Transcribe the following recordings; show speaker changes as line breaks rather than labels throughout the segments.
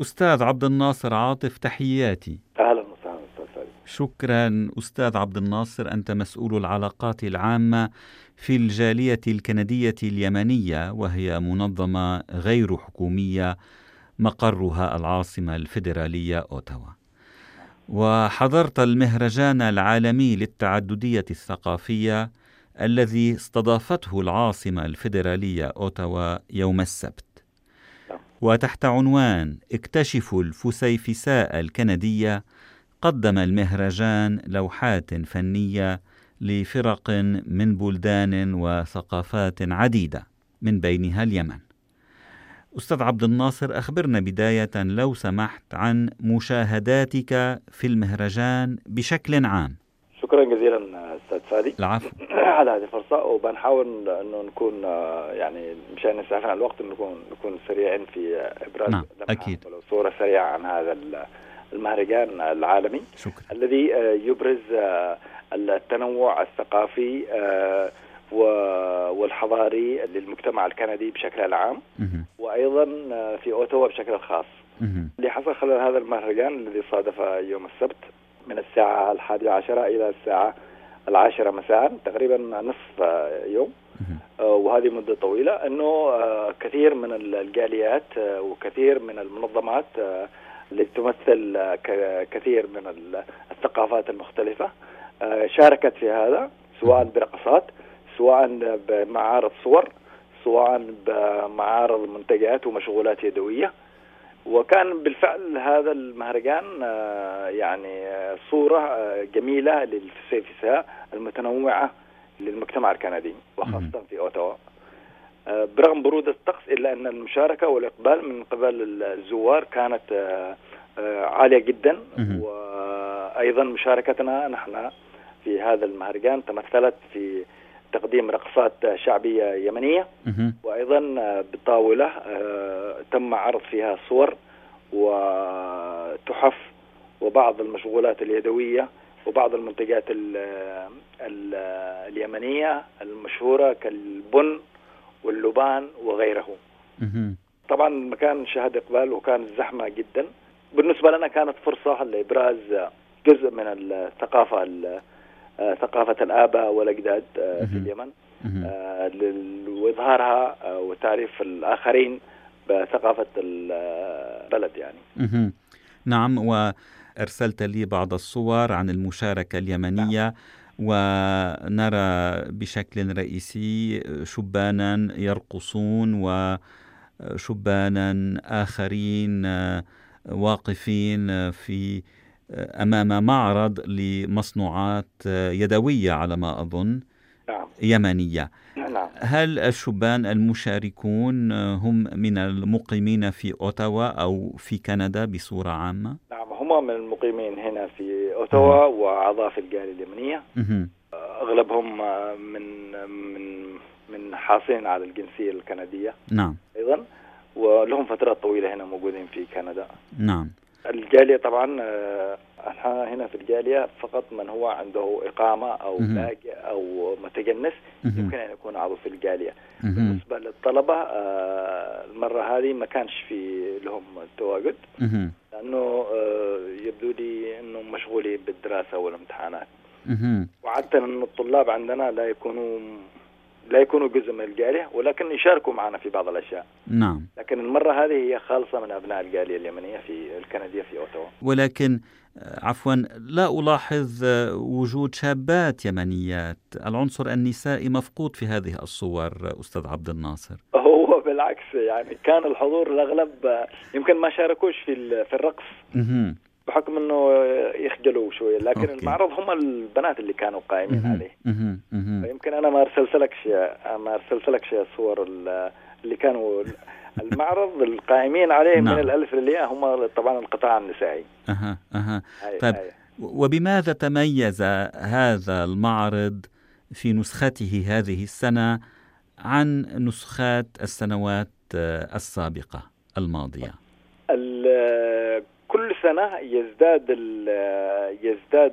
أستاذ عبد الناصر عاطف تحياتي
اهلا وسهلا استاذ سعيد
شكرا أستاذ عبد الناصر أنت مسؤول العلاقات العامة في الجالية الكندية اليمنية وهي منظمة غير حكومية مقرها العاصمة الفيدرالية أوتاوا وحضرت المهرجان العالمي للتعددية الثقافية الذي استضافته العاصمة الفيدرالية أوتاوا يوم السبت وتحت عنوان اكتشفوا الفسيفساء الكندية قدم المهرجان لوحات فنية لفرق من بلدان وثقافات عديدة من بينها اليمن. أستاذ عبد الناصر أخبرنا بداية لو سمحت عن مشاهداتك في المهرجان بشكل عام.
شكرا جزيلا استاذ فادي
العفو
على هذه الفرصه وبنحاول انه نكون آه، يعني مشان نسعفنا على الوقت نكون نكون سريعين في ابراز
نعم،
لمحة
أكيد.
ولو صوره سريعه عن هذا ال- المهرجان العالمي
شكرا
الذي آه، يبرز آه، التنوع الثقافي آه، و- والحضاري للمجتمع الكندي بشكل عام
مهم.
وايضا آه، في اوتاوا بشكل خاص
مهم.
اللي حصل خلال هذا المهرجان الذي صادف يوم السبت من الساعة الحادية عشرة إلى الساعة العاشرة مساء تقريبا نصف آه، يوم
مهم.
آه، وهذه مدة طويلة أنه آه، كثير من ال- الجاليات آه، وكثير من المنظمات آه، اللي تمثل آه، ك- كثير من ال- الثقافات المختلفة آه، شاركت في هذا سواء برقصات سواء بمعارض صور سواء بمعارض منتجات ومشغولات يدوية وكان بالفعل هذا المهرجان آه، يعني آه، صورة آه، جميلة للفسيفساء المتنوعة للمجتمع الكندي وخاصة في أوتاوا آه، برغم برودة الطقس إلا أن المشاركة والإقبال من قبل الزوار كانت آه، آه، عالية جدا
مهم.
وأيضا مشاركتنا نحن في هذا المهرجان تمثلت في تقديم رقصات شعبية يمنية
مهم.
وايضا آه، بطاوله آه، تم عرض فيها صور وتحف وبعض المشغولات اليدويه وبعض المنتجات ال آه، ال اليمنيه المشهوره كالبن واللبان وغيره.
مهم.
طبعا المكان شهد اقبال وكان زحمه جدا. بالنسبه لنا كانت فرصه لابراز جزء من الثقافه ال- آه، ثقافه الاباء والاجداد آه، في
مهم.
اليمن.
مهم.
آه، لل- واظهارها آه، وتعريف الاخرين بثقافه ال- آه، البلد يعني
مهم. نعم وأرسلت لي بعض الصور عن المشاركة اليمنية ونرى بشكل رئيسي شبانا يرقصون وشبانا آخرين آه، واقفين آه، في آه، أمام معرض لمصنوعات آه، يدوية على ما أظن
نعم
يمنية
نعم
هل الشبان المشاركون آه، هم من المقيمين في أوتاوا أو في كندا بصورة عامة؟
نعم هما من المقيمين هنا في اوتاوا واعضاء في الجاليه اليمنيه
مهم.
آه، اغلبهم آه، من من من حاصلين على الجنسيه الكنديه
نعم
ايضا ولهم فترات طويله هنا موجودين في كندا
نعم
الجاليه طبعا آه، نحن هنا في الجاليه فقط من هو عنده اقامه او
مهم.
لاجئ او متجنس
مهم.
يمكن ان يكون عضو في الجاليه
مهم.
بالنسبة للطلبة آه، المرة هذه ما كانش في لهم تواجد
مهم.
لأنه آه، يبدو لي أنهم مشغولين بالدراسة والامتحانات
مهم.
وعادة أن الطلاب عندنا لا يكونوا لا يكونوا جزء من الجالية ولكن يشاركوا معنا في بعض الأشياء
نعم
لكن المرة هذه هي خالصة من أبناء الجالية اليمنية في الكندية في أوتاوا
ولكن آه، عفوا لا ألاحظ آه، وجود شابات يمنيات العنصر النسائي مفقود في هذه الصور آه، أستاذ عبد الناصر
هو بالعكس يعني كان الحضور الأغلب آه، يمكن ما شاركوش في ال- في الرقص
مهم.
بحكم انه يخجلوا شويه لكن
أوكي.
أوكي. المعرض هم البنات اللي كانوا قائمين
مهم.
عليه
مهم. مهم.
يمكن انا ما ارسلتلكش ما ارسلتلكش صور ال- اللي كانوا المعرض القائمين عليه من
نعم.
الالف للياء هم طبعا القطاع النسائي
أها أها
هاي
طيب.
هاي.
وبماذا تميز هذا المعرض في نسخته هذه السنة عن نسخات السنوات آه، السابقة الماضية؟
ال- كل سنه يزداد ال- يزداد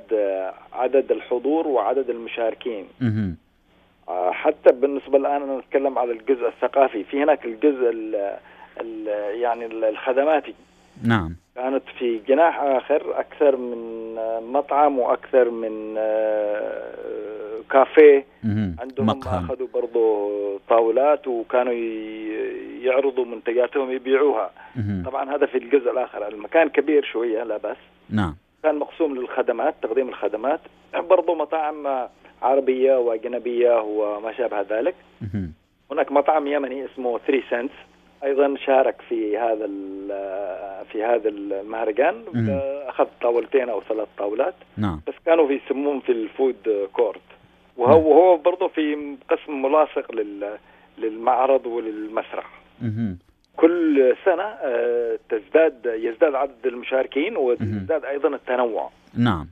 عدد الحضور وعدد المشاركين
مهم.
آه، حتى بالنسبه الان انا اتكلم على الجزء الثقافي في هناك الجزء ال ال يعني ال- الخدماتي
نعم
كانت في جناح آخر أكثر من آه، مطعم وأكثر من آه، كافيه
مهم.
عندهم
مقهى
أخذوا برضو طاولات وكانوا ي- يعرضوا منتجاتهم يبيعوها
مهم.
طبعا هذا في الجزء الآخر المكان كبير شوية لا بأس
نعم
كان مقسوم للخدمات تقديم الخدمات برضو مطاعم آه، عربية وأجنبية وما شابه ذلك
مهم.
هناك مطعم يمني اسمه 3 سنتس ايضا شارك في هذا ال- في هذا المهرجان
مم.
اخذ طاولتين او ثلاث طاولات
نعم
بس كانوا في يسموهم في الفود كورت وهو هو برضه في قسم ملاصق لل للمعرض وللمسرح
مهم.
كل سنة آه، تزداد يزداد عدد المشاركين ويزداد أيضا التنوع
نعم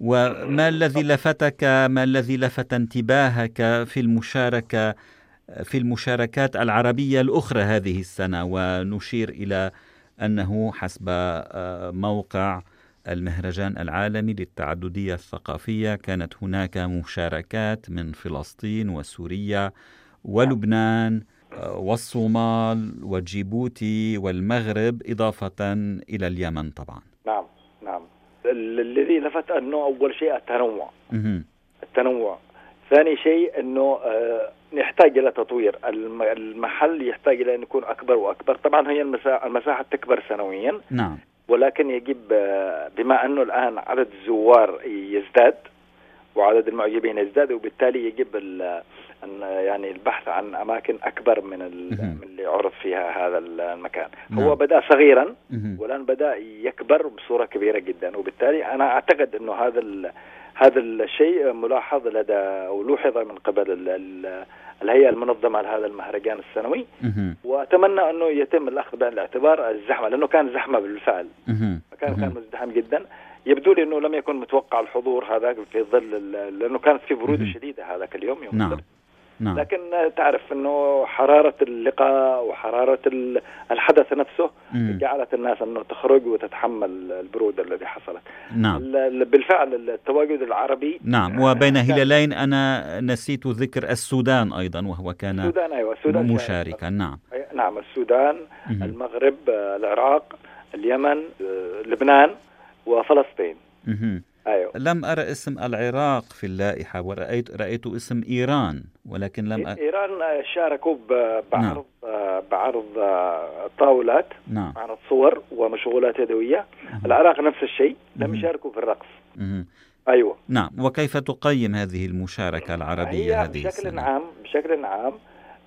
وما الذي لفتك ما الذي لفت انتباهك في المشاركة في المشاركات العربية الأخرى هذه السنة ونشير إلى أنه حسب آه، موقع المهرجان العالمي للتعددية الثقافية كانت هناك مشاركات من فلسطين وسوريا ولبنان آه، والصومال وجيبوتي والمغرب إضافة إلى اليمن طبعا
نعم نعم ال- الذي لفت أنه أول شيء التنوع
مهم.
التنوع ثاني شيء انه آه، نحتاج الى تطوير الم- المحل يحتاج الى ان يكون اكبر واكبر طبعا هي المسا- المساحه تكبر سنويا
نعم
ولكن يجب آه، بما انه الان عدد الزوار يزداد وعدد المعجبين يزداد وبالتالي يجب ال- أن يعني البحث عن اماكن اكبر من ال-
مهم.
من اللي عرض فيها هذا المكان
نعم.
هو بدا صغيرا
مهم.
والان بدا يكبر بصوره كبيره جدا وبالتالي انا اعتقد انه هذا ال- هذا الشيء ملاحظ لدى او لوحظ من قبل ال- ال- الهيئه المنظمه لهذا المهرجان السنوي
مهم.
واتمنى انه يتم الاخذ بعين الاعتبار الزحمه لانه كان زحمه بالفعل
مهم.
كان كان
مهم.
مزدحم جدا يبدو لي انه لم يكن متوقع الحضور هذاك في ظل ال- لانه كانت في بروده
مهم.
شديده هذاك اليوم يوم
نعم
السبت.
نعم
لكن تعرف انه حراره اللقاء وحراره ال- الحدث نفسه
مم.
جعلت الناس انه تخرج وتتحمل البروده الذي حصلت
نعم
ال- ال- بالفعل التواجد العربي
نعم وبين هلالين أنا نسيت ذكر السودان أيضا وهو كان
السودان ايوه السودان
مشاركا نعم
شارك. نعم السودان
مهم.
المغرب آه، العراق اليمن آه، لبنان وفلسطين
مهم.
ايوه
لم أرى اسم العراق في اللائحة ورأيت رأيت اسم إيران ولكن لم أ...
ايران آه، شاركوا ب-
نعم.
بعرض آه، بعرض آه، طاولات
نعم
معرض صور ومشغولات يدويه
أها.
العراق نفس الشيء لم
مهم.
يشاركوا في الرقص
مهم.
ايوه
نعم وكيف تقيم هذه المشاركة العربية
هي
هذه
بشكل
السنة
عام بشكل عام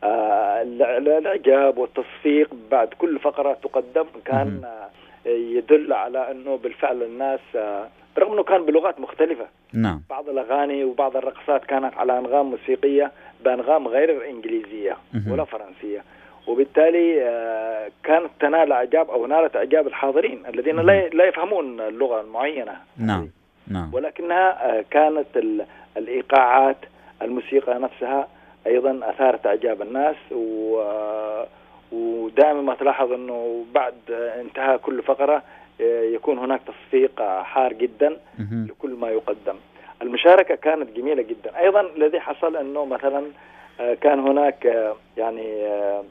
آه، الع- الع- الاعجاب والتصفيق بعد كل فقره تقدم كان
مهم.
آه، يدل على انه بالفعل الناس آه، رغم انه كان بلغات مختلفه
نعم
بعض الاغاني وبعض الرقصات كانت على انغام موسيقيه بانغام غير الانجليزيه
مهم.
ولا فرنسيه وبالتالي آه، كانت تنال اعجاب او نالت اعجاب الحاضرين الذين لا لا يفهمون اللغه المعينه
نعم نعم
ولكنها آه، كانت ال- الايقاعات الموسيقى نفسها ايضا اثارت اعجاب الناس و آه، ودائما ما تلاحظ انه بعد آه، انتهاء كل فقره آه، يكون هناك تصفيق آه، حار جدا
مهم.
لكل ما يقدم المشاركه كانت جميله جدا ايضا الذي حصل انه مثلا آه، كان هناك آه، يعني آه،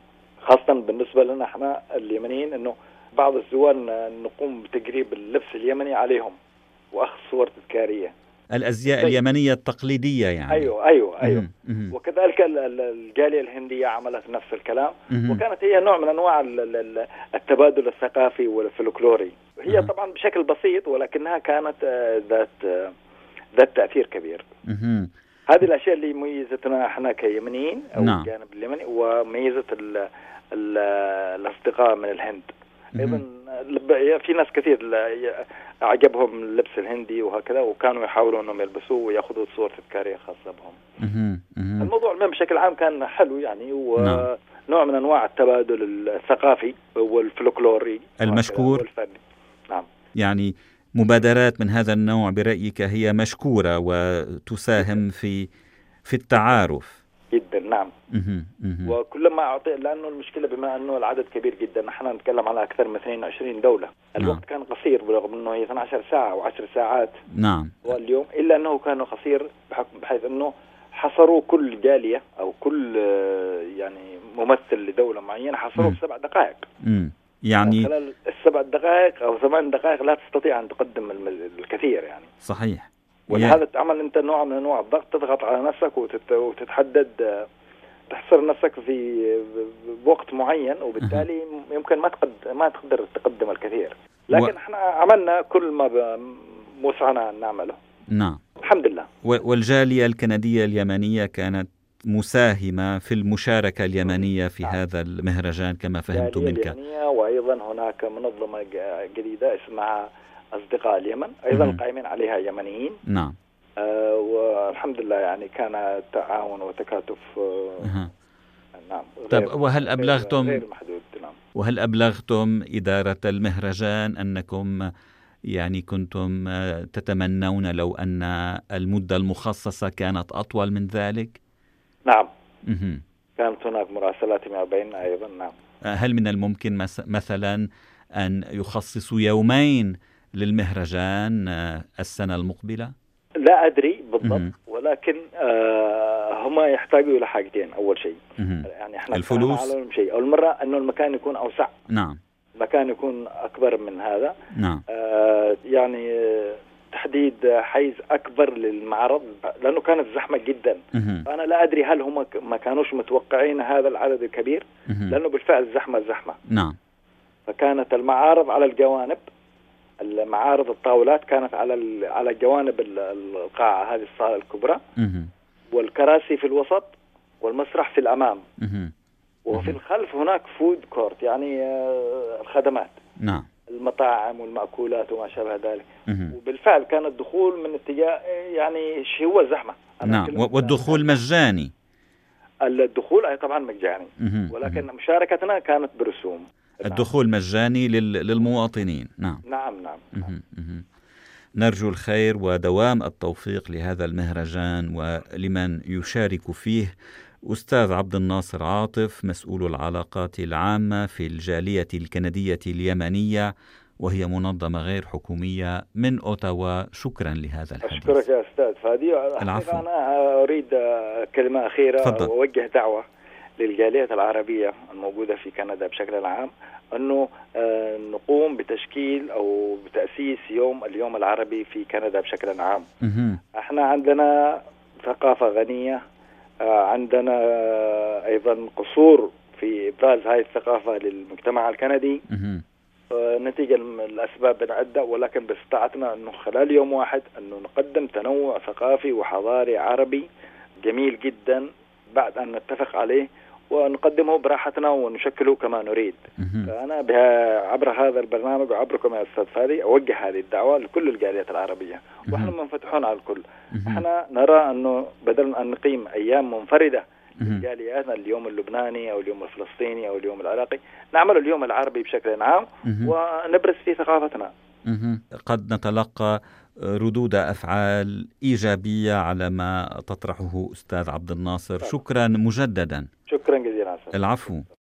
خاصه بالنسبه لنا احنا اليمنيين انه بعض الزوار ن- نقوم بتقريب اللبس اليمني عليهم واخذ صور تذكاريه
الأزياء
طيب.
اليمنية التقليدية يعني
ايوه ايوه ايوه
مهم. مهم.
وكذلك ال- ال- الجاليه الهنديه عملت نفس الكلام
مهم.
وكانت هي نوع من انواع ال- ال- ال- التبادل الثقافي والفلكلوري هي
أها.
طبعا بشكل بسيط ولكنها كانت آه، ذات آه، ذات تاثير كبير
مهم.
هذه الاشياء اللي ميزتنا احنا كيمنيين او
نعم.
الجانب اليمني وميزه ال ال الاصدقاء من الهند ايضا لب- في ناس كثير لا- ي- اعجبهم اللبس الهندي وهكذا وكانوا يحاولوا انهم يلبسوه وياخذوا صور تذكاريه خاصه بهم
مهم. مهم.
الموضوع المهم بشكل عام كان حلو يعني
نعم.
ونوع من انواع التبادل الثقافي والفلكلوري
المشكور.
والفني نعم
يعني مبادرات من هذا النوع برأيك هي مشكورة وتساهم في في التعارف
جدا نعم
مهم، مهم.
وكلما اعطي لانه المشكله بما انه العدد كبير جدا احنا نتكلم على اكثر من 22 دوله الوقت كان قصير برغم انه هي 12 ساعه او 10 ساعات
نعم
واليوم الا انه كان قصير بحكم بحيث انه حصروا كل جاليه او كل آه، يعني ممثل لدوله معينه حصروه
مم.
في سبع دقائق
مم. يعني
خلال السبع دقائق او ثمان دقائق لا تستطيع ان تقدم الم- الكثير يعني
صحيح
ولهذا تعمل انت نوع من انواع الضغط تضغط على نفسك وتت- وتتحدد آه، تحصر نفسك في بوقت معين وبالتالي يمكن ما تقد ما تقدر تقدم الكثير لكن
و-
احنا عملنا كل ما بوسعنا ان نعمله
نعم
الحمد لله
و- والجالية الكندية اليمنية كانت مساهمة في المشاركة اليمنية في
نعم.
هذا المهرجان كما فهمت
الجالية
منك
اليمنية وايضا هناك منظمه ج- جديده اسمها اصدقاء اليمن ايضا
مهم.
قائمين عليها يمنيين
نعم
آه، والحمد لله يعني كان تعاون وتكاتف آه،
أها.
نعم
طب
غير-
طيب، وهل أبلغتم-
غير محدود نعم
وهل أبلغتم إدارة المهرجان أنكم يعني كنتم آه، تتمنون لو أن المدة المخصصة كانت أطول من ذلك؟
نعم
مهم.
كانت هناك مراسلات ما بيننا ايضا نعم
آه، هل من الممكن مس- مثلا أن يخصصوا يومين للمهرجان آه، السنة المقبلة؟
لا ادري
مهم.
بالضبط ولكن آه هما يحتاجوا الى حاجتين اول شيء
مهم.
يعني احنا
الفلوس.
اتفقنا على شيء اول مره انه المكان يكون اوسع
نعم
المكان يكون اكبر من هذا
نعم
آه يعني آه، تحديد حيز اكبر للمعرض لانه كانت زحمه جدا
مهم.
انا لا ادري هل هم ك- ما كانوش متوقعين هذا العدد الكبير
مهم.
لانه بالفعل زحمه زحمه
نعم
فكانت المعارض على الجوانب المعارض الطاولات كانت على ال- على جوانب ال- القاعه هذه الصاله الكبرى
مهم.
والكراسي في الوسط والمسرح في الامام
مهم.
وفي
مهم.
الخلف هناك فود كورت يعني آه، الخدمات
نعم
المطاعم والمأكولات وما شابه ذلك
مهم.
وبالفعل كان الدخول من اتجاه يعني شيء هو زحمة أنا
نعم
أتكلم
و- والدخول مجاني
الدخول آه، طبعا مجاني
مهم.
ولكن
مهم.
مشاركتنا كانت برسوم
الدخول مجاني لل- للمواطنين نعم
نعم نعم, نعم.
مهم. مهم. نرجو الخير ودوام التوفيق لهذا المهرجان ولمن يشارك فيه أستاذ عبد الناصر عاطف مسؤول العلاقات العامة في الجالية الكندية اليمنية وهي منظمة غير حكومية من أوتاوا شكرا لهذا الحديث
أشكرك يا أستاذ فادي
العفو.
الحقيقة أنا أريد آه، كلمة أخيرة
تفضل.
وأوجه دعوة للجالية العربية الموجودة في كندا بشكل عام أنه آه، نقوم بتشكيل أو بتأسيس يوم اليوم العربي في كندا بشكل عام
مهم.
احنا عندنا ثقافة غنية آه، عندنا أيضا قصور في إبراز هذه الثقافة للمجتمع الكندي
مهم.
آه، نتيجة الأسباب عدة ولكن باستطاعتنا أنه خلال يوم واحد أنه نقدم تنوع ثقافي وحضاري عربي جميل جدا بعد أن نتفق عليه ونقدمه براحتنا ونشكله كما نريد
مهم.
فأنا بها عبر هذا البرنامج وعبركم يا أستاذ فادي أوجه هذه الدعوة لكل الجاليات العربية وإحنا منفتحون على الكل
مهم.
احنا نرى انه بدل من ان نقيم ايام منفرده
مهم.
جالياتنا اليوم اللبناني او اليوم الفلسطيني او اليوم العراقي نعمل اليوم العربي بشكل عام
مهم.
ونبرز فيه ثقافتنا
مهم. قد نتلقى ردود افعال ايجابيه على ما تطرحه استاذ عبد الناصر شكرا مجددا
شكرا جزيلا على السماع.
العفو